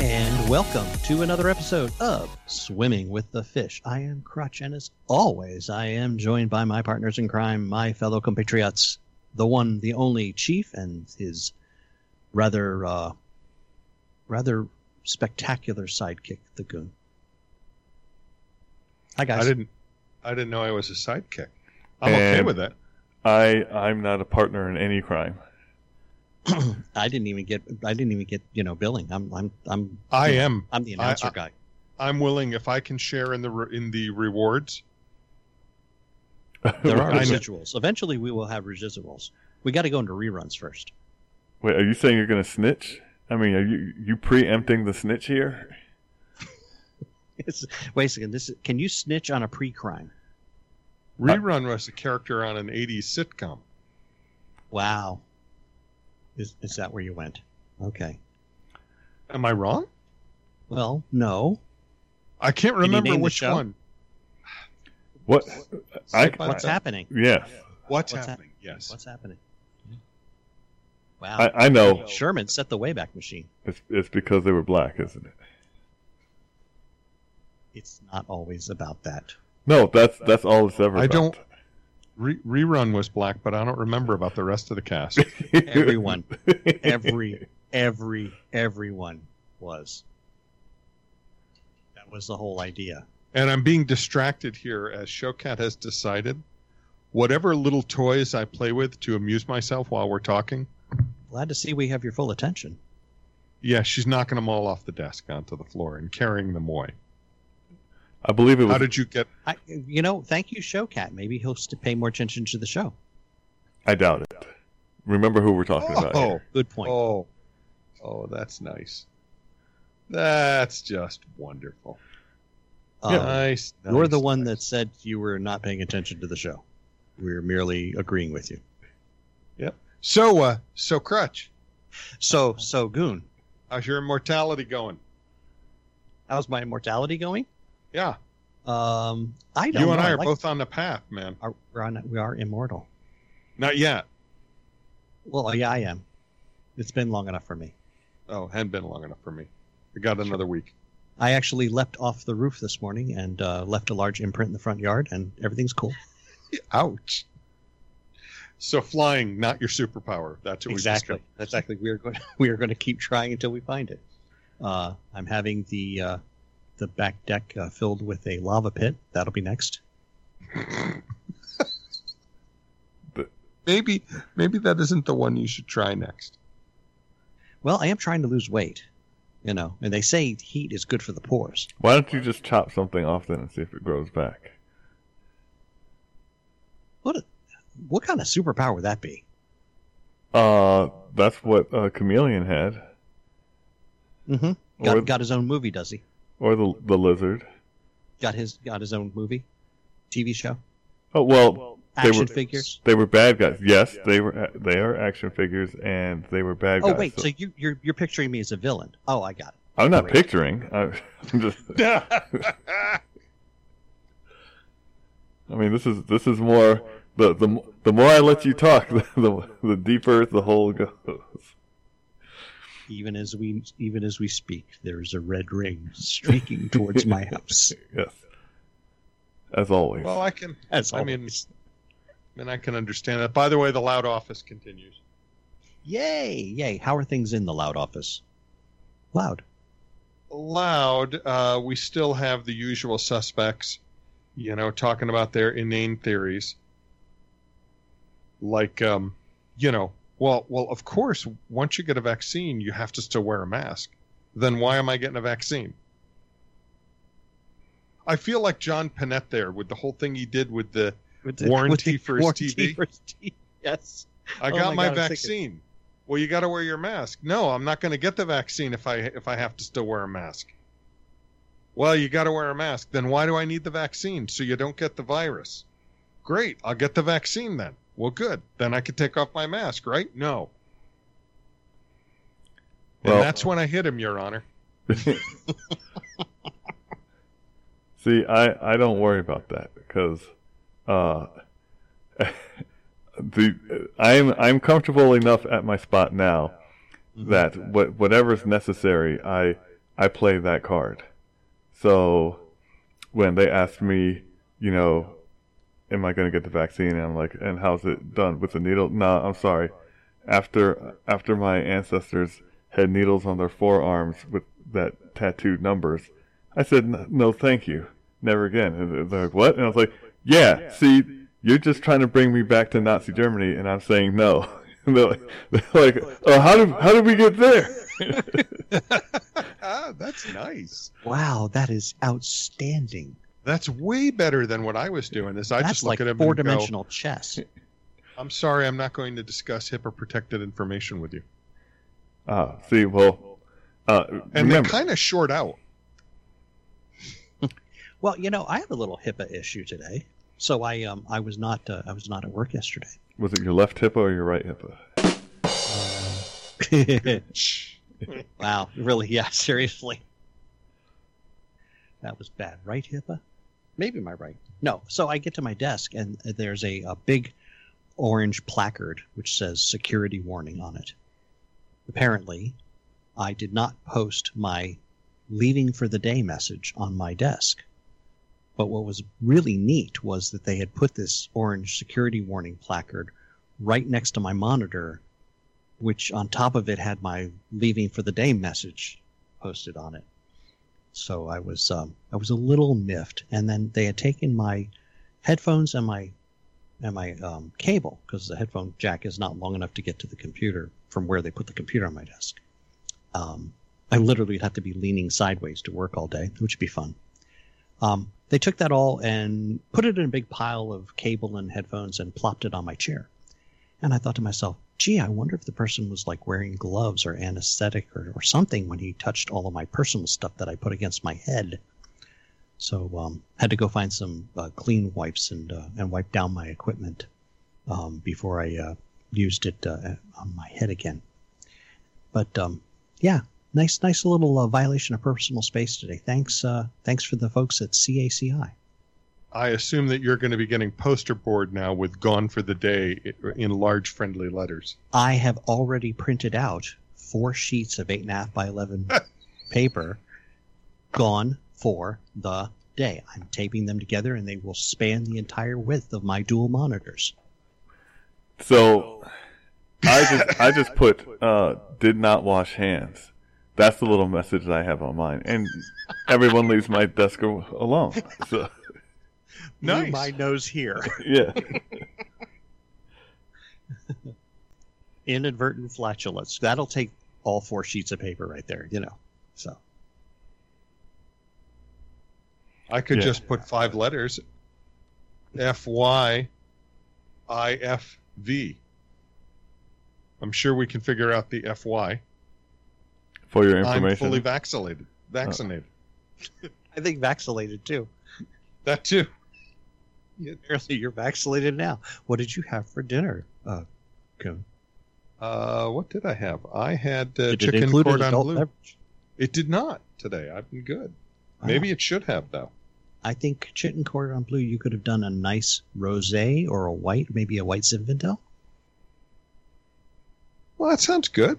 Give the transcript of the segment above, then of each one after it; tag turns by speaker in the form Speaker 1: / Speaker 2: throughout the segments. Speaker 1: And welcome to another episode of Swimming with the Fish. I am Crutch, and as always, I am joined by my partners in crime, my fellow compatriots, the one, the only Chief, and his rather, uh, rather spectacular sidekick, the Goon. Hi
Speaker 2: I
Speaker 1: guys.
Speaker 2: didn't. I didn't know I was a sidekick. I'm okay
Speaker 3: And-
Speaker 2: with that.
Speaker 3: I I'm not a partner in any crime.
Speaker 1: I didn't even get. I didn't even get. You know, billing. I'm. I'm. I'm.
Speaker 2: I am.
Speaker 1: I'm the
Speaker 2: I-
Speaker 1: announcer
Speaker 2: I-
Speaker 1: guy.
Speaker 2: I'm willing if I can share in the re- in the rewards.
Speaker 1: There are
Speaker 2: I know.
Speaker 1: residuals. Eventually, we will have residuals. We got to go into reruns first.
Speaker 3: Wait, are you saying you're gonna snitch? I mean, are you you preempting the snitch here?
Speaker 1: It's- Wait a second. This is, can you snitch on a pre-crime?
Speaker 2: Rerun was a character on an '80s sitcom.
Speaker 1: Wow. Is is that where you went? Okay.
Speaker 2: Am I wrong?
Speaker 1: Well, no.
Speaker 2: I can't
Speaker 1: you
Speaker 2: remember
Speaker 1: name the
Speaker 2: which
Speaker 1: show?
Speaker 2: one.
Speaker 3: What? I,
Speaker 2: Saved by
Speaker 1: What's
Speaker 2: the-
Speaker 1: happening?
Speaker 3: yes,
Speaker 2: What's,
Speaker 1: What's hap-
Speaker 2: happening? Yes.
Speaker 1: What's happening? Hmm. Wow.
Speaker 3: I, I know.
Speaker 1: Sherman set the Wayback Machine.
Speaker 3: It's, it's because they were black, isn't it?
Speaker 1: It's not always about that.
Speaker 3: No, that's that's all it's ever.
Speaker 2: I
Speaker 3: about.
Speaker 2: don't- Re- rerun was black, but I don't remember about the rest of the cast.
Speaker 1: Everyone, every, every, everyone was. That was the whole idea.
Speaker 2: and I'm being distracted here as Showcat has decided whatever little toys I play with to amuse myself while we're talking.
Speaker 1: Glad to see we have your full attention.
Speaker 2: Yeah, she's knocking them all off the desk onto the floor and carrying them away.
Speaker 3: I believe it
Speaker 2: How
Speaker 3: was.
Speaker 2: did you get?
Speaker 1: I, you know, thank you, Showcat. Maybe he'll st- pay more attention to the show.
Speaker 3: I doubt it. Remember who we're talking about.
Speaker 2: Oh.
Speaker 3: here.
Speaker 1: Good point.
Speaker 2: Oh, oh, that's nice. That's just wonderful.
Speaker 1: Um,
Speaker 2: nice,
Speaker 1: You're
Speaker 2: nice,
Speaker 1: the one that
Speaker 2: nice.
Speaker 1: said you were not paying attention to the show. We are merely agreeing with you.
Speaker 2: So, uh, so crutch.
Speaker 1: So, so Goon,
Speaker 2: How's your immortality going?
Speaker 1: how's my immortality going?
Speaker 2: Yeah,
Speaker 1: Um, I don't.
Speaker 2: you and
Speaker 1: know.
Speaker 2: I are
Speaker 1: like-
Speaker 2: both on the path, man.
Speaker 1: Are, we're on, we are immortal.
Speaker 2: Not yet.
Speaker 1: Well, yeah, I am. It's been long enough for me.
Speaker 2: Oh, hadn't been long enough for me. We got another week.
Speaker 1: I actually leapt off the roof this morning and uh, left a large imprint in the front yard, and everything's cool.
Speaker 2: Ouch. So flying, not your superpower. That's what we
Speaker 1: exactly.
Speaker 2: discovered.
Speaker 1: That's exactly. We are going. We are going to keep trying until we find it. Uh, I'm having the uh, the back deck uh, filled with a lava pit. That'll be next.
Speaker 2: Maybe, maybe that isn't the one you should try next.
Speaker 1: Well, I am trying to lose weight, you know, and they say heat is good for the pores.
Speaker 3: Why don't you just chop something off then and see if it grows back?
Speaker 1: What a, what kind of superpower would that be?
Speaker 3: Uh, that's what uh, Chameleon had,
Speaker 1: Mm-hmm. Got,
Speaker 3: or,
Speaker 1: got his own movie, does he?
Speaker 3: or the the lizard.
Speaker 1: Got his got his own movie, TV show,
Speaker 3: Oh well, they
Speaker 1: action
Speaker 3: were
Speaker 1: figures.
Speaker 3: They were bad guys. Yes, they were. uh, They are action figures, and they were bad guys.
Speaker 1: Oh wait, so, you you're you're picturing me as a villain? Oh, I got it.
Speaker 3: I'm not
Speaker 1: great.
Speaker 3: picturing. I, I'm just. I mean, this is this is more the the m- the more I let you talk, the the, the deeper the hole goes.
Speaker 1: Even as we even as we speak, there is a red ring streaking towards my house.
Speaker 3: Yes, as always.
Speaker 2: well, I can.
Speaker 1: As
Speaker 2: I mean,
Speaker 1: always.
Speaker 2: I mean, I can understand that. By the way, the loud office continues.
Speaker 1: yay, yay! How are things in the loud office? Loud.
Speaker 2: loud, uh, we still have the usual suspects, you know, talking about their inane theories. Like, um, you know, well, well, of course, once you get a vaccine, you have to still wear a mask. Then why am I getting a vaccine? I feel like John Panette there with the whole thing he did with the
Speaker 1: With
Speaker 2: Warranty for his TV?
Speaker 1: for his TV. Yes.
Speaker 2: I
Speaker 1: Oh
Speaker 2: got
Speaker 1: my
Speaker 2: my,
Speaker 1: God, I was
Speaker 2: vaccine. Well, you got to wear your mask. No, I'm not going to get the vaccine if I if I have to still wear a mask. Well, you got to wear a mask. Then why do I need the vaccine? So you don't get the virus. Great, I'll get the vaccine then. Well, good. Then I can take off my mask, right? No.
Speaker 3: Well-
Speaker 2: and that's when I hit him, Your Honor.
Speaker 3: See, I, I don't worry about that because uh, the I'm I'm
Speaker 1: Mm-hmm.
Speaker 3: comfortable enough at my spot now that what whatever's necessary, I I play that card. So when they asked me, you know, am I going to get the vaccine? And I'm like, and how's it done with the needle? No, I'm sorry. After after my ancestors had needles on their forearms with that tattooed numbers, I said, "N- no, thank you, never again. And they're like, what? And I was like, yeah, see, you're just trying to bring me back to Nazi Germany, and I'm saying no. And they're like, they're like, oh, how did how did we get there?
Speaker 2: ah, that's nice.
Speaker 1: Wow, that is outstanding.
Speaker 2: That's way better than what I was doing. Is I
Speaker 1: That's
Speaker 2: just look
Speaker 1: like
Speaker 2: at him
Speaker 1: four
Speaker 2: and go,
Speaker 1: dimensional chess.
Speaker 2: I'm sorry, I'm not going to discuss HIPAA protected information with you.
Speaker 3: Ah, see, well, uh,
Speaker 2: And
Speaker 3: remember,
Speaker 2: they kind of short out.
Speaker 1: Well, you know, I have a little HIPAA issue today, so I um I was not uh, I was not at work
Speaker 3: was it your left hippo or your right hippo?
Speaker 1: yesterday. wow, really? Yeah, seriously. That was bad, right, HIPAA? Maybe my right. No, so I get to my desk and there's a, a big orange placard which says security warning on it. Apparently, I did not post my leaving for the day message on my desk. But what was really neat was that they had put this orange security warning placard right next to my monitor, which on top of it had my leaving for the day message posted on it. So I was um, I was a little miffed, and then they had taken my headphones and my and my um, cable because the headphone jack is not long enough to get to the computer from where they put the computer on my desk. Um, I literally would have to be leaning sideways to work all day, which would be fun. Um, they took that all and put it in a big pile of cable and headphones and plopped it on my chair. And I thought to myself, gee, I wonder if the person was like wearing gloves or anesthetic or, or something when he touched all of my personal stuff that I put against my head. So um, had to go find some uh, clean wipes and uh, and wipe down my equipment um, before I uh, used it uh, on my head again. But um, yeah, nice nice little uh, violation of personal space today. Thanks uh, thanks for the folks at CACI.
Speaker 2: I assume that you're going to be getting poster board now with "Gone for the Day" in large friendly letters.
Speaker 1: I have already printed out four sheets of eight and a half by eleven paper, gone for the day. I'm taping them together, and they will span the entire width of my dual monitors.
Speaker 3: So I just I just put uh, did not wash hands. That's the little message that I have on mine, and everyone leaves my desk a- alone. So
Speaker 1: Leave
Speaker 2: Nice.
Speaker 1: My nose here.
Speaker 3: yeah,
Speaker 1: Inadvertent flatulence. That'll take all four sheets of paper right there. You know. So
Speaker 2: I could
Speaker 3: Yeah.
Speaker 2: just put five letters: F Y I F V. I'm sure we can figure out the F Y.
Speaker 3: for your
Speaker 2: I'm
Speaker 3: information. Uh.
Speaker 2: fully vaccinated. Vaccinated.
Speaker 1: I think vaccinated too.
Speaker 2: That too.
Speaker 1: Apparently, you're vaccinated now. What did you have for dinner, uh, Coon?
Speaker 2: Uh, what did I have? I had uh,
Speaker 1: Did
Speaker 2: chicken cordon
Speaker 1: adult
Speaker 2: bleu.
Speaker 1: beverage?
Speaker 2: It did not today. I've been good.
Speaker 3: Ah.
Speaker 1: Wow.
Speaker 2: Maybe it should have though.
Speaker 1: I think Chitin Cordon Bleu, you could have done a nice rosé or a white, maybe a white Zinfandel.
Speaker 2: Well, that sounds good.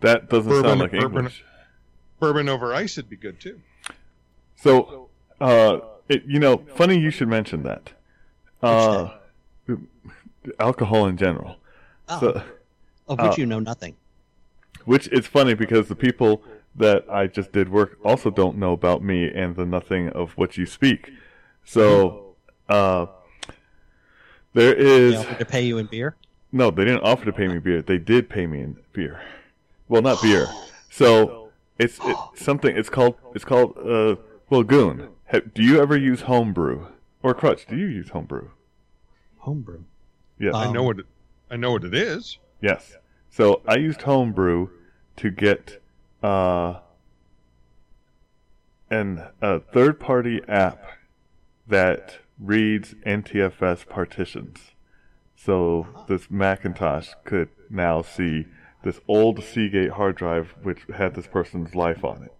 Speaker 3: that doesn't
Speaker 2: Bourbon-
Speaker 3: sound like
Speaker 2: bourbon-
Speaker 3: English.
Speaker 2: Bourbon over ice would be good too.
Speaker 3: So, uh, it, you know, funny you should mention that. Uh, alcohol in general.
Speaker 1: Oh,
Speaker 2: Ah.
Speaker 3: So,
Speaker 1: of which
Speaker 3: uh,
Speaker 1: you know nothing.
Speaker 3: which it's funny because the people that I just did work also don't know about me and the nothing of what you speak. So, uh, there
Speaker 1: They
Speaker 3: is
Speaker 1: offered to pay you in beer.
Speaker 3: no. They didn't offer to pay me beer. They did pay me in beer. Well, not beer. So it's it, something. It's called. It's called. Uh, well, goon. Ha- do you ever use homebrew or crutch? Do you use homebrew?
Speaker 1: Homebrew.
Speaker 3: Yes.
Speaker 1: Um,
Speaker 2: I know what it, I know what it is.
Speaker 3: Yes. So I used homebrew to get uh, an a third party app that reads NTFS partitions. So this Macintosh could now see this old Seagate hard drive which had this person's life on it.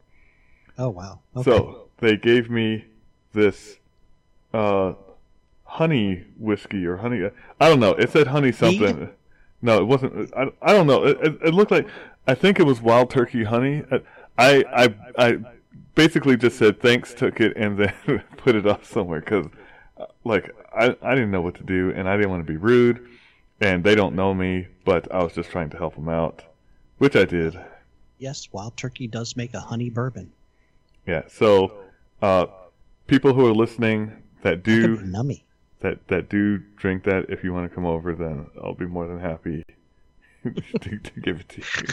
Speaker 1: Oh wow. Okay.
Speaker 3: So they gave me this uh, honey whiskey or honey. I don't know. It said honey something. No, it wasn't. I, I don't know. It, it, it looked like. I think it was wild turkey honey. I, I, I, I basically just said thanks, took it, and then put it off somewhere because, like, I, I didn't know what to do and I didn't want to be rude, and they don't know me, but I was just trying to help them out, which I did.
Speaker 1: Yes, wild turkey does make a honey bourbon.
Speaker 3: Yeah. So, uh, people who are listening that do
Speaker 1: Could be nummy.
Speaker 3: that that do drink that, if you want to come over, then I'll be more than happy to, to give it to you.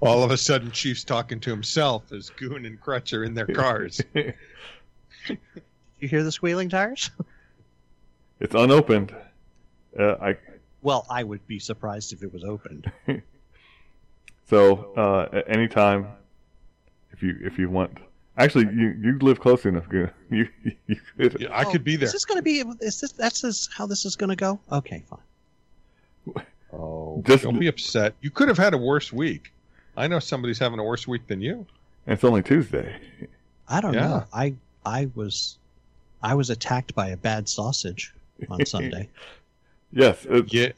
Speaker 2: All of a sudden, Chief's talking to himself as Goon and Crutch are in their cars.
Speaker 1: You hear the squealing tires?
Speaker 3: It's unopened. Uh, I
Speaker 1: Well, I would be surprised if it was opened.
Speaker 3: so uh, at any time, if you if you want, actually you you live close enough. Goon. You you could.
Speaker 2: Yeah, I
Speaker 1: Oh,
Speaker 2: could be there.
Speaker 1: Is this going to be? Is this that's this, how this is going to go? Okay, fine.
Speaker 2: Oh,
Speaker 3: Just-
Speaker 2: don't be upset. You could have had a worse week. I know somebody's having a worse week than you.
Speaker 3: And it's only Tuesday.
Speaker 1: I don't
Speaker 2: Yeah.
Speaker 1: know. I I was I was attacked by a bad sausage on Sunday.
Speaker 3: Yes, it's,
Speaker 2: Yeah,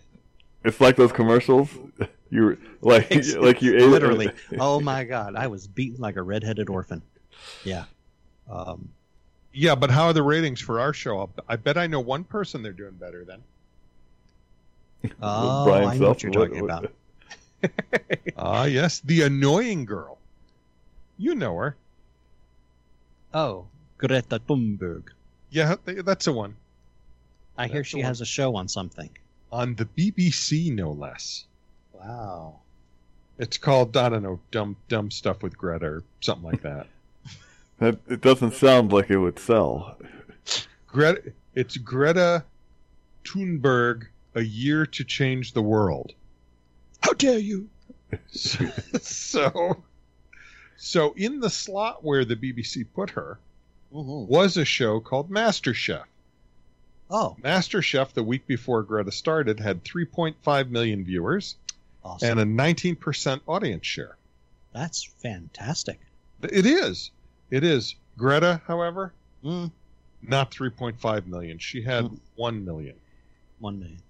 Speaker 3: it's like those commercials. You were- like
Speaker 1: It's-
Speaker 3: like you ate it.
Speaker 1: Literally. Oh my god, I was beaten like a redheaded orphan. Yeah. Um,
Speaker 2: yeah, but how are the ratings for our show up? I bet I know one person they're doing better than.
Speaker 1: oh,
Speaker 3: Brian
Speaker 1: I know what
Speaker 3: Self-
Speaker 1: you're talking
Speaker 3: what-
Speaker 1: about.
Speaker 2: Ah, yes, the annoying girl. You know her.
Speaker 1: Oh, Greta Thunberg.
Speaker 2: Yeah, th- that's the one
Speaker 1: I hear
Speaker 2: That's
Speaker 1: she
Speaker 2: the one.
Speaker 1: has a show on something.
Speaker 2: on the BBC, no less.
Speaker 1: Wow.
Speaker 2: It's called I don't know, dumb dumb stuff with Greta or something like that.
Speaker 3: That it doesn't sound like it would sell.
Speaker 2: Greta, it's Greta Thunberg, a year to change the world. How dare you? so, so, so in the slot where the BBC put her was a show called MasterChef.
Speaker 1: Oh,
Speaker 2: MasterChef, the week before Greta started, had 3.5 million viewers
Speaker 1: awesome.
Speaker 3: uh,
Speaker 2: and a 19% audience share.
Speaker 1: That's fantastic.
Speaker 2: It is. It is. Greta, however,
Speaker 1: Mm,
Speaker 2: not 3.5 million. She had
Speaker 1: Mm.
Speaker 2: 1 million.
Speaker 1: one million.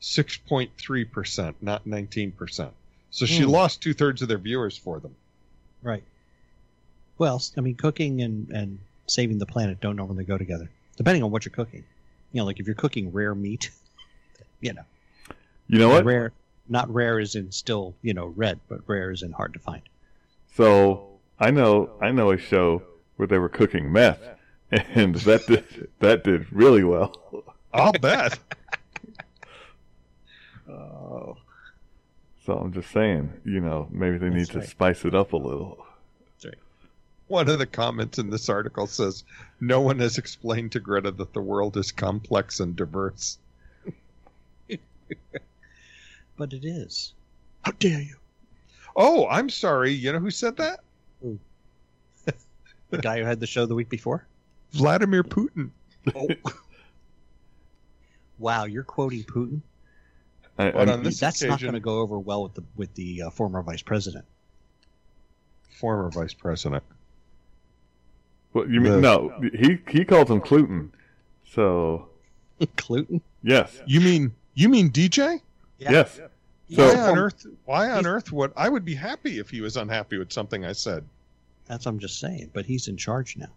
Speaker 2: 6.3%, not 19%. So she
Speaker 1: Hmm.
Speaker 2: lost two thirds of their viewers for them.
Speaker 1: Right. Well, I mean, cooking and, and saving the planet don't normally go together, depending on what you're cooking. You know, like if you're cooking rare meat, you know,
Speaker 3: You know what?
Speaker 1: rare, not rare is in still, you know, red, but rare is in hard to find.
Speaker 3: So I know I know a show where they were cooking meth, and that did that did really well.
Speaker 2: I'll bet.
Speaker 1: Oh.
Speaker 3: So I'm just saying, you know, maybe they need
Speaker 1: That's
Speaker 3: to
Speaker 1: right.
Speaker 3: spice it up a little.
Speaker 2: One of the comments in this article says, No one has explained to Greta that the world is complex and diverse.
Speaker 1: But it is. How dare you?
Speaker 2: Oh, I'm sorry. You know who said that?
Speaker 1: The guy who had the show the week before?
Speaker 2: Vladimir Putin.
Speaker 1: Oh. wow, you're quoting Putin?
Speaker 3: I,
Speaker 2: But
Speaker 3: I'm-
Speaker 2: on this
Speaker 1: That's not
Speaker 2: occasion-
Speaker 1: going to go over well with the with the uh, former vice president.
Speaker 2: Former vice president.
Speaker 3: what, you mean no? He he calls him Cluton. So
Speaker 1: Clinton?
Speaker 3: yes,
Speaker 2: You mean you mean DJ?
Speaker 1: Yeah.
Speaker 3: yes. So-
Speaker 2: Why
Speaker 1: Yeah.
Speaker 2: on earth why on
Speaker 1: He's-
Speaker 2: earth would I would be happy if he was unhappy with something I said.
Speaker 1: That's what I'm just saying. But he's in charge now.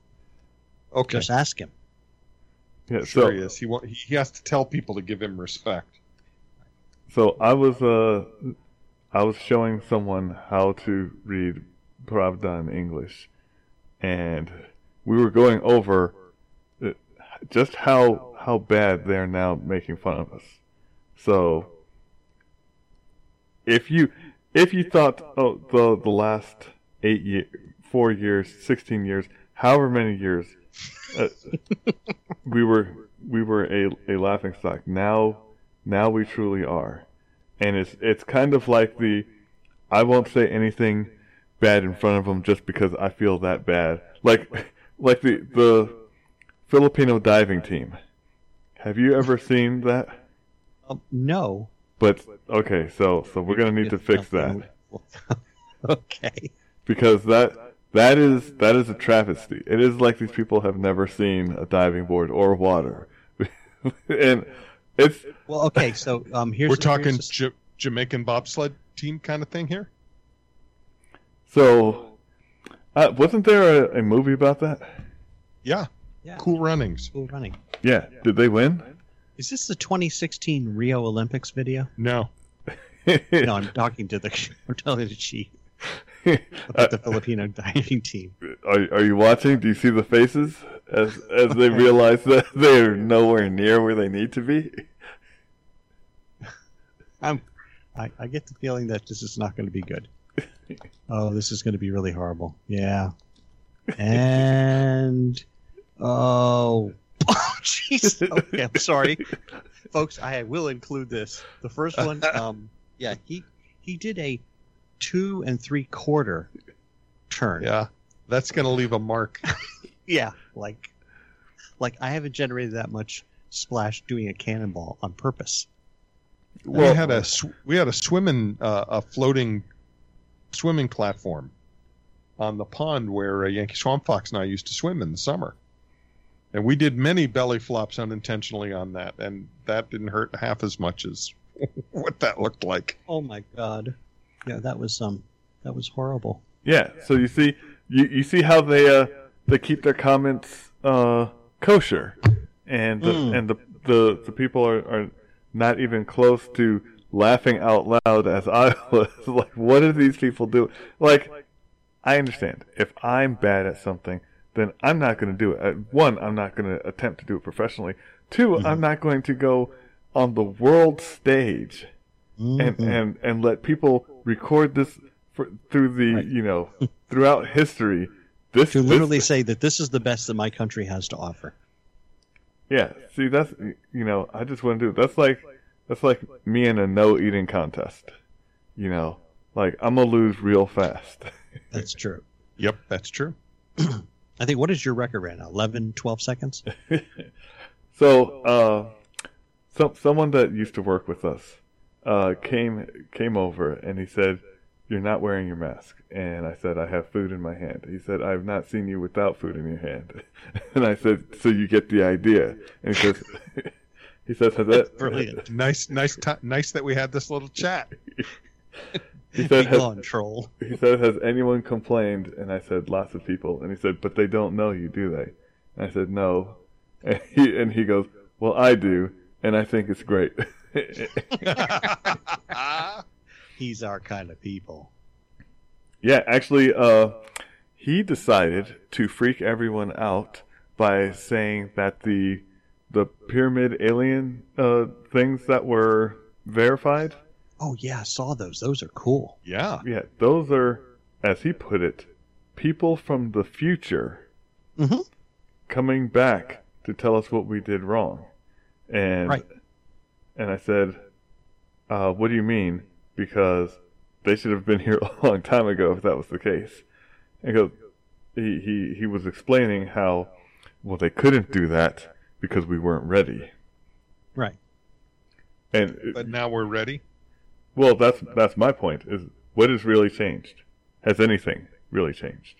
Speaker 2: Okay.
Speaker 1: Just ask him.
Speaker 3: Yeah,
Speaker 2: sure
Speaker 3: so
Speaker 2: he is. He, wa- he has to tell people to give him respect.
Speaker 3: So I was uh, I was showing someone how to read Pravda in English, and we were going over uh, just how how bad they're now making fun of us. So if you if you thought oh the the last eight year, four years, sixteen years, however many years, uh, we were we were a a laughing stock. Now now we truly are. And it's it's kind of like the I won't say anything bad in front of them just because I feel that bad. Like like the the Filipino diving team. Have you ever seen that?
Speaker 1: Um, no.
Speaker 3: But okay, so so we're gonna need to fix that
Speaker 1: okay.
Speaker 3: because that that is that is a travesty. It is like these people have never seen a diving board or water, and it's
Speaker 1: Well, okay. So um, here's
Speaker 2: We're
Speaker 1: the-
Speaker 2: talking
Speaker 1: here's the-
Speaker 2: Ja- Jamaican bobsled team kind of thing here.
Speaker 3: So Uh, wasn't there a, a movie about that?
Speaker 2: Yeah,
Speaker 1: Yeah.
Speaker 2: cool runnings.
Speaker 1: Cool running.
Speaker 3: Yeah. Did they win?
Speaker 1: Is this the 2016 Rio Olympics video?
Speaker 2: No,
Speaker 1: No, I'm talking to the. I'm talking to Chi
Speaker 3: Uh,
Speaker 1: about the Filipino diving team.
Speaker 3: are, are you watching? Do you see the faces as as they realize that they're nowhere near where they need to be?
Speaker 1: I'm. I, I get the feeling that this is not going to be good. Oh, this is going to be really horrible. Yeah. And oh, oh, jeez. Okay, I'm sorry, folks. I will include this. The first one. Um, yeah, he he did a two and three quarter turn.
Speaker 2: yeah, that's gonna leave a mark.
Speaker 1: Yeah, like, like I haven't generated that much splash doing a cannonball on purpose.
Speaker 2: we had a sw- we had a swimming uh, a floating swimming platform on the pond where uh, Yankee Swamp Fox and I used to swim in the summer, and we did many belly flops unintentionally on that, and that didn't hurt half as much as what that looked like.
Speaker 1: Oh my god. Yeah, that was um, that was horrible.
Speaker 3: yeah. So you see, you, you see how they uh, they keep their comments uh, kosher, and the,
Speaker 1: Mm.
Speaker 3: and the, the the people are are not even close to laughing out loud as I was. like, what do these people do? Like, I understand. If I'm bad at something, then I'm not going to do it. Uh, One, I'm not going to attempt to do it professionally. 2 i I'm not going to go on the world stage and,
Speaker 1: Mm-hmm.
Speaker 3: and, and let people record this for, through the,
Speaker 1: Right.
Speaker 3: you know, throughout history. This,
Speaker 1: to
Speaker 3: this-
Speaker 1: literally say that this is the best that my country has to offer.
Speaker 3: yeah, see, that's, you know, I just want to do it. That's like, that's like me in a no eating contest. You know, like I'm going to lose real fast.
Speaker 1: That's true.
Speaker 2: Yep, that's true.
Speaker 1: I think what is your record right now? 11, 12 seconds?
Speaker 3: So, uh, some someone that used to work with us uh, came came over and he said, "You're not wearing your mask." And I said, "I have food in my hand." He said, "I've not seen you without food in your hand." And I said, "So you get the idea." And he says, "He says has that
Speaker 1: Brilliant.
Speaker 2: Nice, nice, ti nice that we had this little chat.
Speaker 3: He
Speaker 1: Be
Speaker 3: said, has,
Speaker 1: gone, troll.
Speaker 3: he said, "Has anyone complained?" And I said, "Lots of people." And he said, "But they don't know you, do they?" And I said, "No." And he and he goes, "Well, I do, and I think it's great."
Speaker 1: He's our kind of people.
Speaker 3: Yeah, actually, uh, he decided to freak everyone out by saying that the the pyramid alien uh, things that were verified,
Speaker 1: Oh, yeah, I saw those. Those are cool.
Speaker 2: yeah,
Speaker 3: yeah, those are, as he put it, people from the future
Speaker 1: Mhm.
Speaker 3: coming back to tell us what we did wrong, and
Speaker 1: Right.
Speaker 3: and I said, uh, "What do you mean?" Because they should have been here a long time ago if that was the case. And he goes, he, he, he was explaining how, well, they couldn't do that because we weren't ready.
Speaker 1: Right.
Speaker 3: And,
Speaker 2: but now we're ready.
Speaker 3: well, that's, that's my point is what has really changed? Has anything really changed?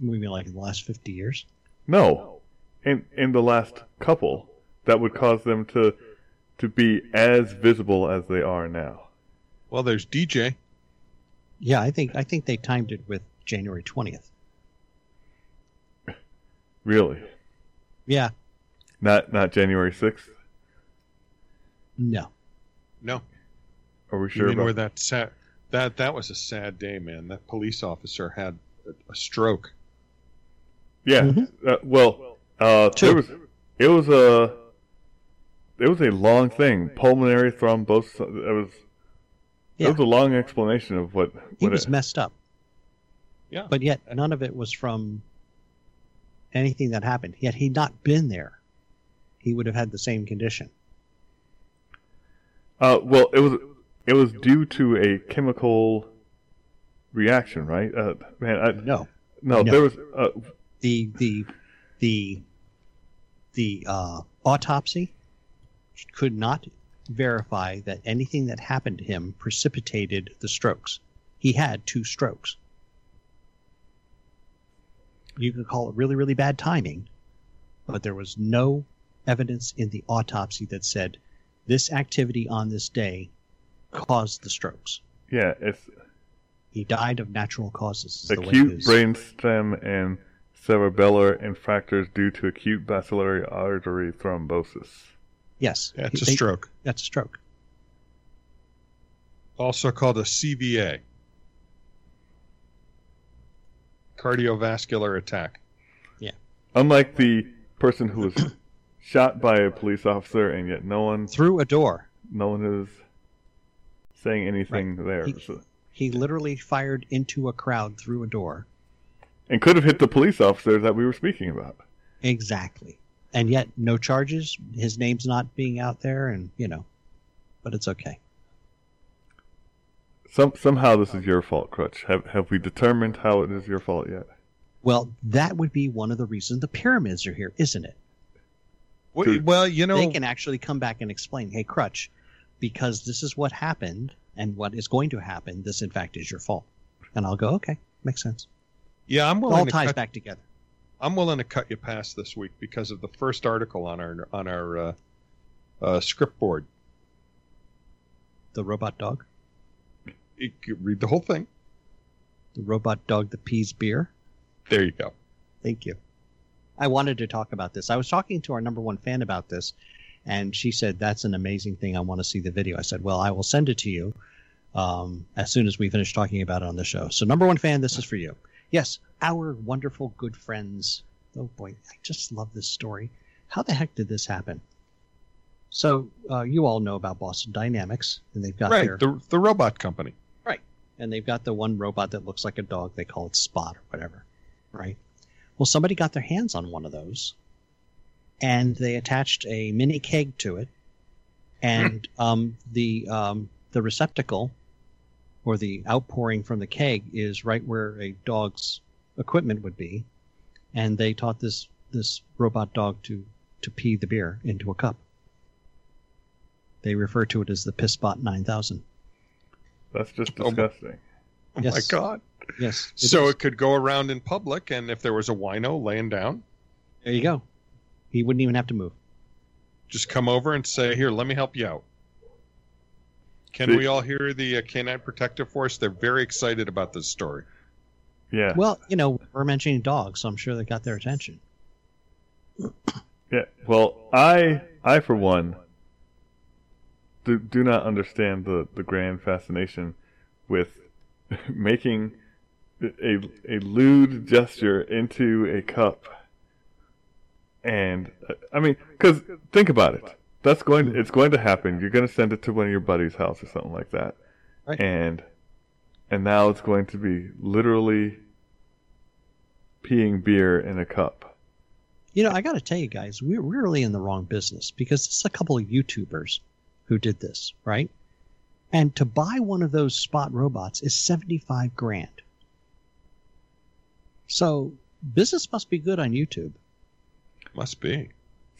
Speaker 1: Maybe like in the last 50 years.
Speaker 3: No. In, in the last couple, that would cause them to, to be as visible as they are now.
Speaker 2: Well, there's DJ.
Speaker 1: Yeah, I think I think they timed it with January 20th.
Speaker 3: Really.
Speaker 1: Yeah.
Speaker 3: Not, not January 6th.
Speaker 1: No.
Speaker 2: No,
Speaker 3: Are we
Speaker 2: You
Speaker 3: sure
Speaker 2: mean
Speaker 3: about
Speaker 2: where that sad, that that was a sad day, man. That police officer had a- a stroke.
Speaker 3: Yeah.
Speaker 1: Mhm.
Speaker 3: Uh, well, uh,
Speaker 1: Two.
Speaker 3: there was it was a it was a long thing. Pulmonary thrombosis. uh, It was
Speaker 1: Yeah.
Speaker 3: it was a long explanation of what
Speaker 1: He
Speaker 3: what
Speaker 1: was
Speaker 3: it,
Speaker 1: messed up.
Speaker 2: Yeah.
Speaker 1: But yet none of it was from anything that happened. Yet he'd not been there. He would have had the same condition.
Speaker 3: uh, well it was it was due to a chemical reaction, right? Uh, man, I, no,
Speaker 1: No. no.
Speaker 3: there was uh,
Speaker 1: the the the the uh, autopsy could not verify that anything that happened to him precipitated the strokes. He had two strokes. You could call it really, really bad timing, but there was no evidence in the autopsy that said this activity on this day caused the strokes.
Speaker 3: yeah, it's
Speaker 1: He died of natural causes. is the way it
Speaker 3: acute
Speaker 1: is.
Speaker 3: brain stem and cerebellar fractures due to acute bacillary artery thrombosis.
Speaker 1: Yes.
Speaker 2: That's a
Speaker 1: They-
Speaker 2: stroke.
Speaker 1: That's a stroke.
Speaker 2: Also called a CVA. Cardiovascular attack.
Speaker 3: Unlike the person who was shot by a police officer, and yet no one,
Speaker 1: Through a door.
Speaker 3: no one is saying anything there,
Speaker 1: He-
Speaker 3: So-
Speaker 1: He literally fired into a crowd through a door.
Speaker 3: and could have hit the police officer that we were speaking about.
Speaker 1: Exactly. And yet, no charges. His name's not being out there, and, you know, but it's okay.
Speaker 3: Some somehow this is your fault, Crutch. Have have we determined how it is your fault yet?
Speaker 1: Well, that would be one of the reasons the pyramids are here, isn't it?
Speaker 2: Well,
Speaker 3: Dude.
Speaker 2: well, you
Speaker 1: They
Speaker 2: know,
Speaker 1: can actually come back and explain, hey, Crutch, because this is what happened and what is going to happen, this, in fact, is your fault. And I'll go, okay, makes sense.
Speaker 2: yeah, I'm
Speaker 1: It all
Speaker 2: willing to
Speaker 1: ties
Speaker 2: cut,
Speaker 1: back together.
Speaker 2: I'm willing to cut you past this week because of the first article on our on our uh, uh, script board.
Speaker 1: The robot dog,
Speaker 2: You could read the whole thing.
Speaker 1: the robot dog that pees beer.
Speaker 2: There you go.
Speaker 1: Thank you. I wanted to talk about this. I was talking to our number one fan about this, and she said, That's an amazing thing. I want to see the video. I said, Well, I will send it to you um, as soon as we finish talking about it on the show. So, number one fan, this is for you. Yes, our wonderful good friends. Oh boy, I just love this story. How the heck did this happen? So, uh, you all know about Boston Dynamics, and they've got
Speaker 2: right,
Speaker 1: their
Speaker 2: the the robot company.
Speaker 1: and they've got the one robot that looks like a dog. They call it Spot or whatever, right? Well, somebody got their hands on one of those, and they attached a mini keg to it, and
Speaker 2: Hmm.
Speaker 1: um, the um, the receptacle or the outpouring from the keg is right where a dog's equipment would be, and they taught this this robot dog to to pee the beer into a cup. They refer to it as the Pissbot 9000.
Speaker 3: That's just
Speaker 2: Oh my-
Speaker 3: disgusting.
Speaker 2: Oh my
Speaker 1: Yes.
Speaker 2: god!
Speaker 1: Yes. it
Speaker 2: so
Speaker 1: is.
Speaker 2: it could go around in public, and if there was a wino laying down,
Speaker 1: There you go. He wouldn't even have to move.
Speaker 2: just come over and say, "Here, let me help you out." Can
Speaker 3: The-
Speaker 2: we all hear the uh, Canine Protective Force? They're very excited about this story.
Speaker 3: Yeah.
Speaker 1: Well, you know, we're mentioning dogs, so I'm sure they got their attention.
Speaker 3: Yeah. Well, I I for one do, do not understand the, the grand fascination with making a a lewd gesture into a cup. And uh, I mean, cuz think about it. That's going it's going to happen. You're going to send it to one of your buddies' house or something like that.
Speaker 1: Right.
Speaker 3: And and now it's going to be literally peeing beer in a cup.
Speaker 1: You know, I got to tell you guys, we're we're really in the wrong business because it's a couple of YouTubers who did this, right? And to buy one of those spot robots is 75 grand. So business must be good on YouTube.
Speaker 2: Must be.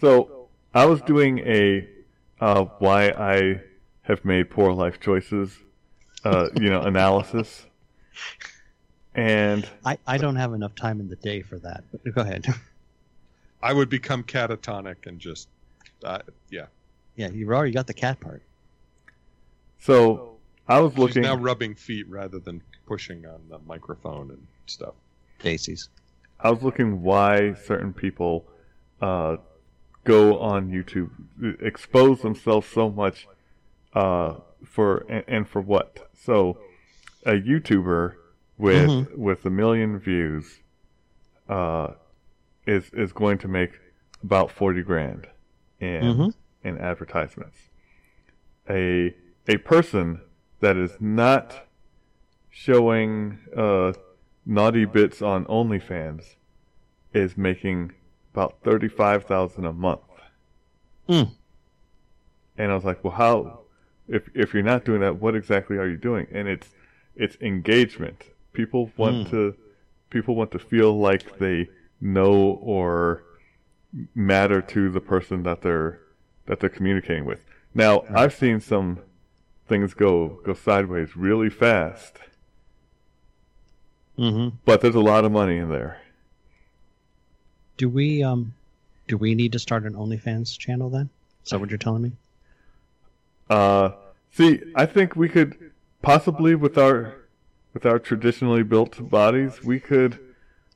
Speaker 3: So I was doing a uh, why I have made poor life choices, uh, you know, analysis, and
Speaker 1: I, I don't have enough time in the day for that, but go ahead.
Speaker 2: I would become catatonic and just, uh, yeah.
Speaker 1: yeah, you've already got the cat part.
Speaker 3: so I was
Speaker 2: She's
Speaker 3: looking.
Speaker 2: now rubbing feet rather than pushing on the microphone and stuff.
Speaker 1: Daisies.
Speaker 3: I was looking why certain people uh, go on YouTube, expose themselves so much uh, for and, and for what. So, a YouTuber with with a million views uh, is is going to make about forty grand in
Speaker 1: Mhm.
Speaker 3: in advertisements. A a person that is not showing uh, naughty bits on OnlyFans is making about thirty-five thousand a month.
Speaker 1: Hmm.
Speaker 3: And I was like, well, how? If if you're not doing that, what exactly are you doing? And it's it's engagement. People want
Speaker 1: Hmm.
Speaker 3: to people want to feel like they know or matter to the person that they're that they're communicating with. Now, I've seen some things go go sideways really fast,
Speaker 1: Mm-hmm.
Speaker 3: but there's a lot of money in there.
Speaker 1: Do we um, do we need to start an OnlyFans channel then? Is that what you're telling me?
Speaker 3: Uh, see, I think we could possibly with our with our traditionally built bodies, we could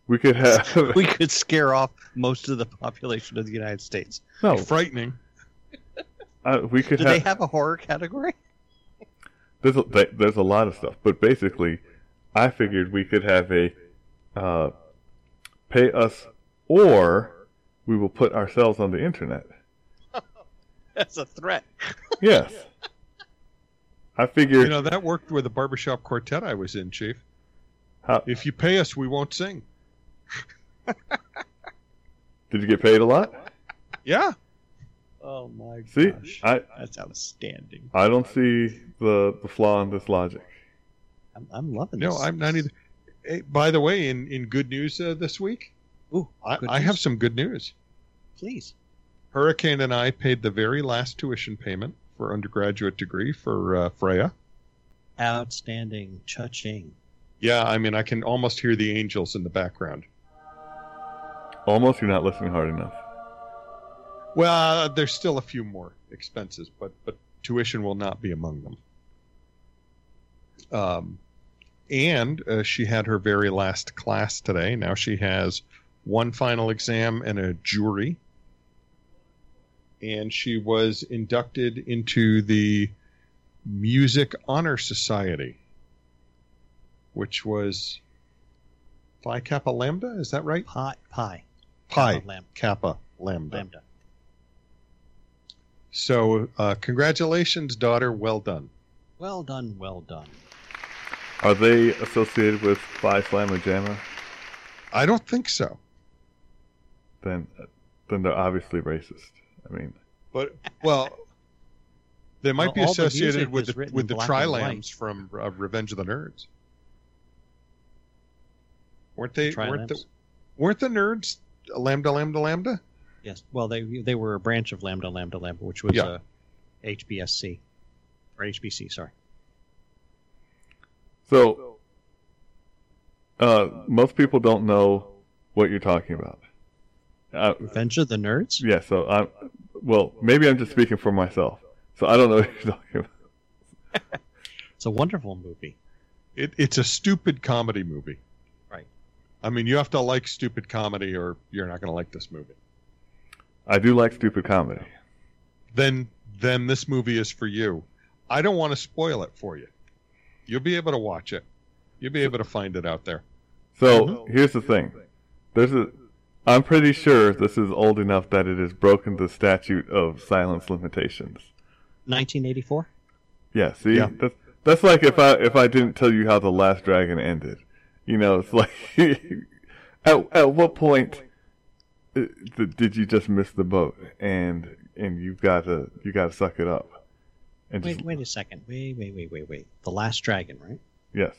Speaker 3: we could have
Speaker 1: we could scare off most of the population of the United States.
Speaker 3: no
Speaker 2: Frightening.
Speaker 3: uh, we could
Speaker 1: Do
Speaker 3: have,
Speaker 1: they have a horror category?
Speaker 3: there's a, th- there's a lot of stuff, but basically, I figured we could have a uh, pay us or we will put ourselves on the internet.
Speaker 1: That's a threat.
Speaker 3: Yes, I figured.
Speaker 2: You know, that worked with the barbershop quartet I was in, Chief.
Speaker 3: how,
Speaker 2: If you pay us, we won't sing.
Speaker 3: did you get paid a lot?
Speaker 2: Yeah.
Speaker 1: Oh my
Speaker 3: See,
Speaker 1: gosh.
Speaker 3: I
Speaker 1: That's outstanding.
Speaker 3: I don't see the the flaw in this logic.
Speaker 1: I'm, I'm loving
Speaker 2: No,
Speaker 1: this.
Speaker 2: I'm not either. Hey, by the way, in, in good news uh, this week,
Speaker 1: Ooh,
Speaker 2: I,
Speaker 1: good
Speaker 2: I
Speaker 1: news.
Speaker 2: have some good news.
Speaker 1: Please.
Speaker 2: Hurricane and I paid the very last tuition payment for undergraduate degree for uh, Freya.
Speaker 1: Outstanding. Cha-ching.
Speaker 2: Yeah, I mean, I can almost hear the angels in the background.
Speaker 3: Almost, you're not listening hard enough.
Speaker 2: Well, uh, there's still a few more expenses, but but tuition will not be among them. Um, and uh, she had her very last class today. Now she has one final exam and a jury. And she was inducted into the Music Honor Society, which was Phi Kappa Lambda. Is that right?
Speaker 1: Pi. Pi.
Speaker 2: Pi
Speaker 1: Lamb.
Speaker 2: Kappa Lambda.
Speaker 1: Lambda.
Speaker 2: So, uh, congratulations, daughter. Well done.
Speaker 1: Well done. Well done.
Speaker 3: Are they associated with Phi Slamma Jamma?
Speaker 2: I don't think so.
Speaker 3: Then, then they're obviously racist. I mean,
Speaker 2: But, well, they might
Speaker 1: Well,
Speaker 2: be
Speaker 1: all the
Speaker 2: associated
Speaker 1: music
Speaker 2: with
Speaker 1: was
Speaker 2: the,
Speaker 1: written
Speaker 2: with
Speaker 1: in
Speaker 2: the
Speaker 1: black and white.
Speaker 2: Trilams from uh, Revenge of the Nerds. Weren't they? weren't, the,
Speaker 1: Trilambs.
Speaker 2: weren't the nerds Lambda, Lambda, Lambda?
Speaker 1: Yes. Well, they they were a branch of Lambda Lambda Lambda, which was
Speaker 2: Yeah.
Speaker 1: uh, HBSC or HBC. Sorry.
Speaker 3: so uh, most people don't know what you're talking about. Uh,
Speaker 1: Revenge of the Nerds.
Speaker 3: yeah. So I'm. Well, maybe I'm just speaking for myself. So I don't know what you're talking about.
Speaker 1: It's a wonderful movie.
Speaker 2: It, it's a stupid comedy movie.
Speaker 1: Right.
Speaker 2: I mean, you have to like stupid comedy or you're not going to like this movie.
Speaker 3: I do like stupid comedy.
Speaker 2: Then, then this movie is for you. I don't want to spoil it for you. You'll be able to watch it. You'll be able to find it out there.
Speaker 3: So here's the thing. There's a. I'm pretty sure this is old enough that it has broken the statute of silence limitations.
Speaker 1: 1984.
Speaker 3: Yeah, see,
Speaker 2: Yeah.
Speaker 3: that's that's like if I if I didn't tell you how the last dragon ended, you know, it's like at at what point uh, th- did you just miss the boat and and you've got to you got to suck it up and just
Speaker 1: Wait, wait a second. Wait, wait, wait, wait, wait. The Last Dragon, right?
Speaker 3: yes,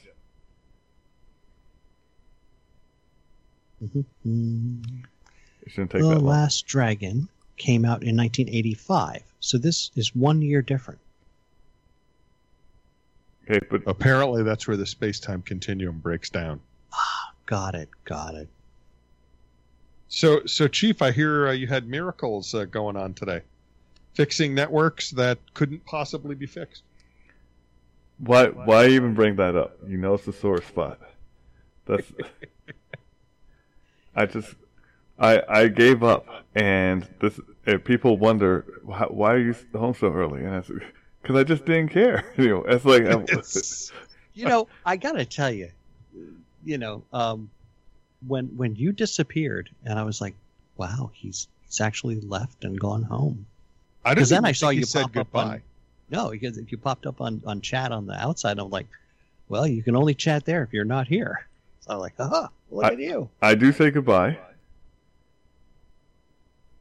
Speaker 1: Mhm.
Speaker 3: it shouldn't Mm, take
Speaker 1: The
Speaker 3: that long.
Speaker 1: Last Dragon came out in 1985, so this is one year different.
Speaker 3: Okay, but
Speaker 2: Apparently, that's where the space time continuum breaks down.
Speaker 1: Got it. Got it.
Speaker 2: So, so Chief, I hear uh, you had miracles uh, going on today, fixing networks that couldn't possibly be fixed.
Speaker 3: why why even bring that up? You know, it's a sore spot. That's I just I I gave up, and this and people wonder why, why are you home so early, and I said because I just didn't care. You know, it's like I'm-
Speaker 2: It's-
Speaker 1: You know, I gotta tell you, you know, um, when when you disappeared, and I was like, wow, he's he's actually left and gone home.
Speaker 2: I don't
Speaker 1: 'Cause then
Speaker 2: even
Speaker 1: I saw
Speaker 2: think he
Speaker 1: you
Speaker 2: said
Speaker 1: pop up
Speaker 2: goodbye.
Speaker 1: on- No, because if you popped up on, on chat on the outside, I'm like, well, you can only chat there if you're not here. So I'm like, aha, look
Speaker 3: I-
Speaker 1: at you.
Speaker 3: I do say goodbye.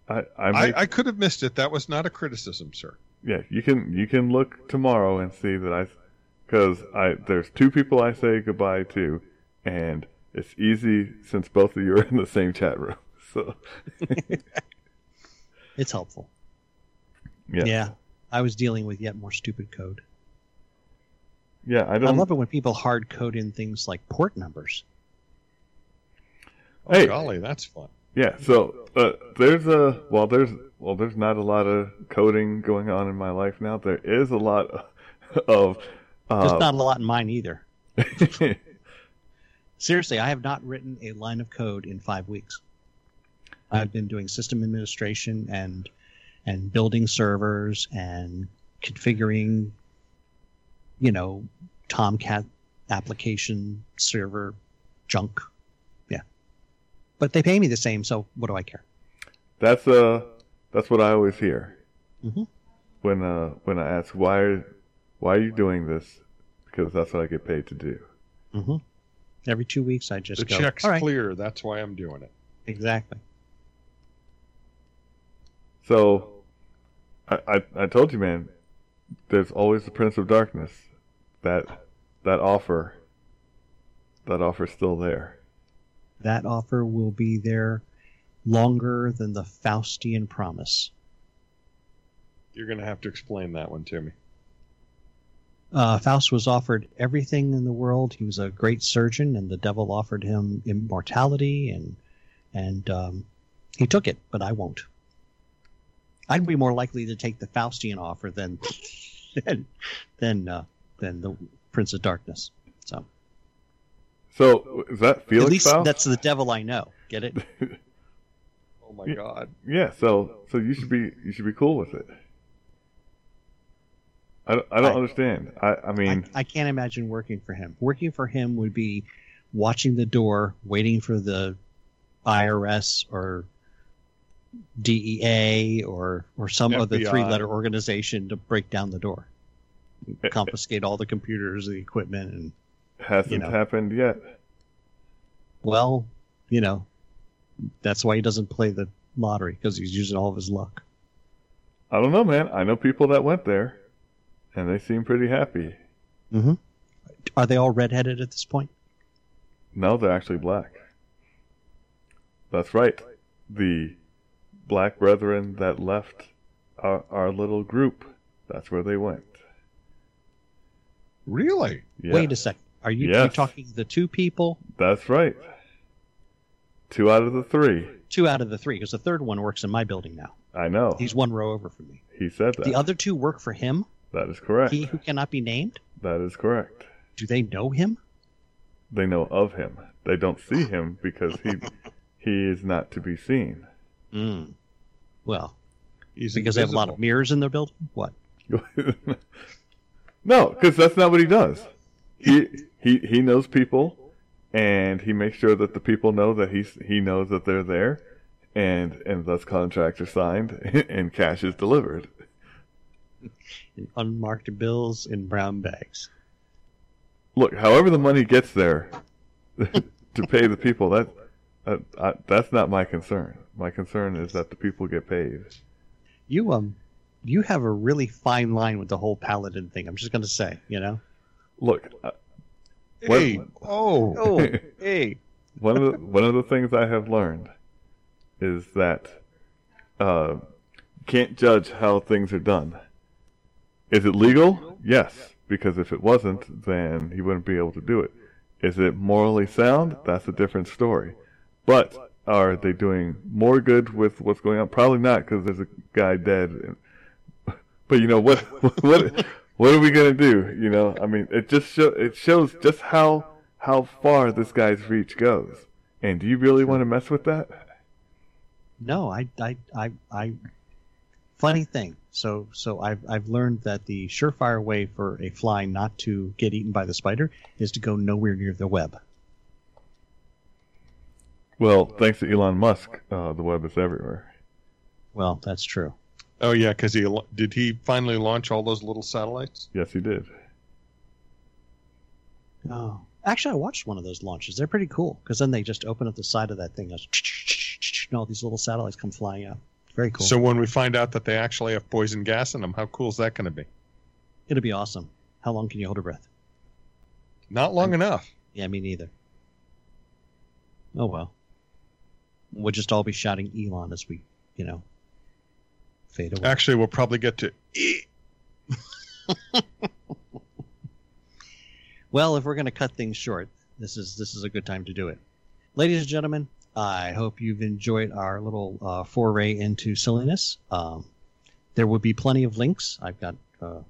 Speaker 3: I I,
Speaker 2: I,
Speaker 3: make,
Speaker 2: I could have missed it. That was not a criticism, sir.
Speaker 3: yeah. You can you can look tomorrow and see that I because I there's two people I say goodbye to, and it's easy since both of you are in the same chat room. So
Speaker 1: It's helpful.
Speaker 3: yeah
Speaker 1: Yeah. I was dealing with yet more stupid code.
Speaker 3: Yeah, I
Speaker 1: I
Speaker 3: don't.
Speaker 1: love it when people hard code in things like port numbers.
Speaker 2: Oh,
Speaker 3: Hey.
Speaker 2: golly, that's fun.
Speaker 3: Yeah, so uh, there's a well, there's well, there's not a lot of coding going on in my life now. There is a lot of
Speaker 1: There's
Speaker 3: uh,
Speaker 1: not a lot in mine either. Seriously, I have not written a line of code in five weeks. I've been doing system administration and and building servers and configuring, you know, Tomcat application server junk. Yeah, but they pay me the same, so what do I care?
Speaker 3: That's uh, that's what I always hear
Speaker 1: Mhm.
Speaker 3: when uh when I ask why why are you doing this because that's what I get paid to do.
Speaker 1: hmm Every two weeks, I just
Speaker 2: Mm-hmm.
Speaker 1: go.
Speaker 2: the check's
Speaker 1: All right,
Speaker 2: clear. That's why I'm doing it.
Speaker 1: exactly.
Speaker 3: So I I, I told you, man. There's always the Prince of Darkness. That that offer. That offer's still there.
Speaker 1: That offer will be there longer than the Faustian promise.
Speaker 2: You're going to have to explain that one to me.
Speaker 1: Uh, Faust was offered everything in the world. He was a great surgeon, and the devil offered him immortality, and and um, he took it. But I won't. I'd be more likely to take the Faustian offer than than than, uh, than the Prince of Darkness. So
Speaker 3: So is that Felix
Speaker 1: at least
Speaker 3: Faust?
Speaker 1: that's the devil I know. Get it?
Speaker 2: Oh my
Speaker 3: Yeah.
Speaker 2: god.
Speaker 3: Yeah, so so you should be you should be cool with it. I don't, I don't
Speaker 1: I-
Speaker 3: understand. I I
Speaker 1: I,
Speaker 3: mean,
Speaker 1: I can't imagine working for him. Working for him would be watching the door, waiting for the IRS or DEA or or some other
Speaker 2: FBI.
Speaker 1: three letter organization to break down the door,
Speaker 3: Eh,
Speaker 1: confiscate all the computers, the equipment, and
Speaker 3: hasn't
Speaker 1: you know.
Speaker 3: happened yet.
Speaker 1: well, you know, that's why he doesn't play the lottery because he's using all of his luck.
Speaker 3: I don't know, man. I know people that went there, and they seem pretty happy.
Speaker 1: Are they all redheaded at this point?
Speaker 3: Now they're actually black. That's right. The black brethren that left our, our little group. That's where they went.
Speaker 2: Really?
Speaker 3: Yeah,
Speaker 1: Wait a second. Are you, you
Speaker 3: Yes.
Speaker 1: talking the two people?
Speaker 3: that's right. Two out of the three.
Speaker 1: Two out of the three, because the third one works in my building now.
Speaker 3: I know.
Speaker 1: He's one row over from me.
Speaker 3: he said that.
Speaker 1: The other two work for him.
Speaker 3: that is correct.
Speaker 1: He who cannot be named.
Speaker 3: That is correct.
Speaker 1: Do they know him?
Speaker 3: They know of him. They don't see him because he he is not to be seen.
Speaker 1: Mm. Well,
Speaker 2: He's
Speaker 1: because they have a lot of
Speaker 2: invisible.
Speaker 1: mirrors in their building. What?
Speaker 3: no, because that's not what he does. He he he knows people, and he makes sure that the people know that he's he knows that they're there, and and thus contracts are signed and cash is delivered.
Speaker 1: Unmarked bills in brown bags.
Speaker 3: Look, however the money gets there to pay the people, that, that I, that's not my concern. My concern is that the people get paid.
Speaker 1: You um, you have a really fine line with the whole paladin thing. I'm just gonna say, you know.
Speaker 3: Look, I- What-
Speaker 2: Hey, oh, hey.
Speaker 3: one of the, one of the things I have learned is that uh, can't judge how things are done. Is it legal? Yes, because if it wasn't, then he wouldn't be able to do it. Is it morally sound? That's a different story. But are they doing more good with what's going on? Probably not, because there's a guy dead. But you know what? What? What are we gonna do? You know, I mean, it just show, it shows just how how far this guy's reach goes. And do you really want to mess with that?
Speaker 1: No, I, I, I, I. Funny thing. So, so I've I've learned that the surefire way for a fly not to get eaten by the spider is to go nowhere near the web.
Speaker 3: Well, thanks to Elon Musk, uh, the web is everywhere.
Speaker 1: Well, that's true.
Speaker 2: Oh yeah, because he la- did he finally launch all those little satellites?
Speaker 3: Yes, he did.
Speaker 1: Oh, actually, I watched one of those launches. They're pretty cool because then they just open up the side of that thing, and it's and all these little satellites come flying out. Very cool.
Speaker 2: So when we find out that they actually have poison gas in them, how cool is that going to be?
Speaker 1: it'll be awesome. How long can you hold your breath?
Speaker 2: Not long enough.
Speaker 1: Yeah, me neither. Oh well, we'll just all be shouting Elon as we, you know, fade away.
Speaker 2: Actually, we'll probably get to.
Speaker 1: Well, if we're going to cut things short, this is this is a good time to do it. Ladies and gentlemen, I hope you've enjoyed our little uh, foray into silliness. Um, there will be plenty of links. I've got uh,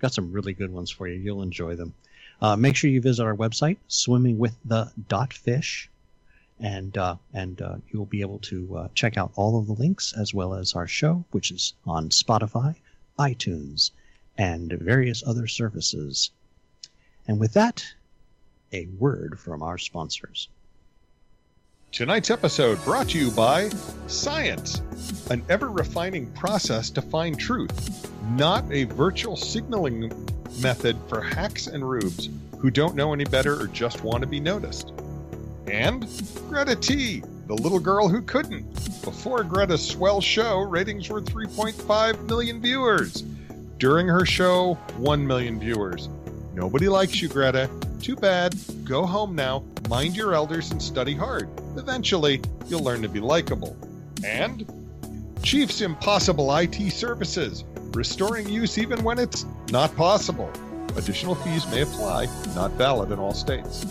Speaker 1: got some really good ones for you. You'll enjoy them. Uh, make sure you visit our website, swimmingwiththe.fish, and uh, and uh, you will be able to uh, check out all of the links as well as our show, which is on Spotify, iTunes, and various other services. And with that, a word from our sponsors.
Speaker 2: Tonight's episode brought to you by Science, an ever refining process to find truth, not a virtual signaling method for hacks and rubes who don't know any better or just want to be noticed. And Greta T, the little girl who couldn't. Before Greta's swell show, ratings were 3.5 million viewers. During her show, 1 million viewers. Nobody likes you, Greta. Too bad. Go home now, mind your elders, and study hard. Eventually, you'll learn to be likable. And Chief's Impossible IT Services, restoring use even when it's not possible. Additional fees may apply, not valid in all states.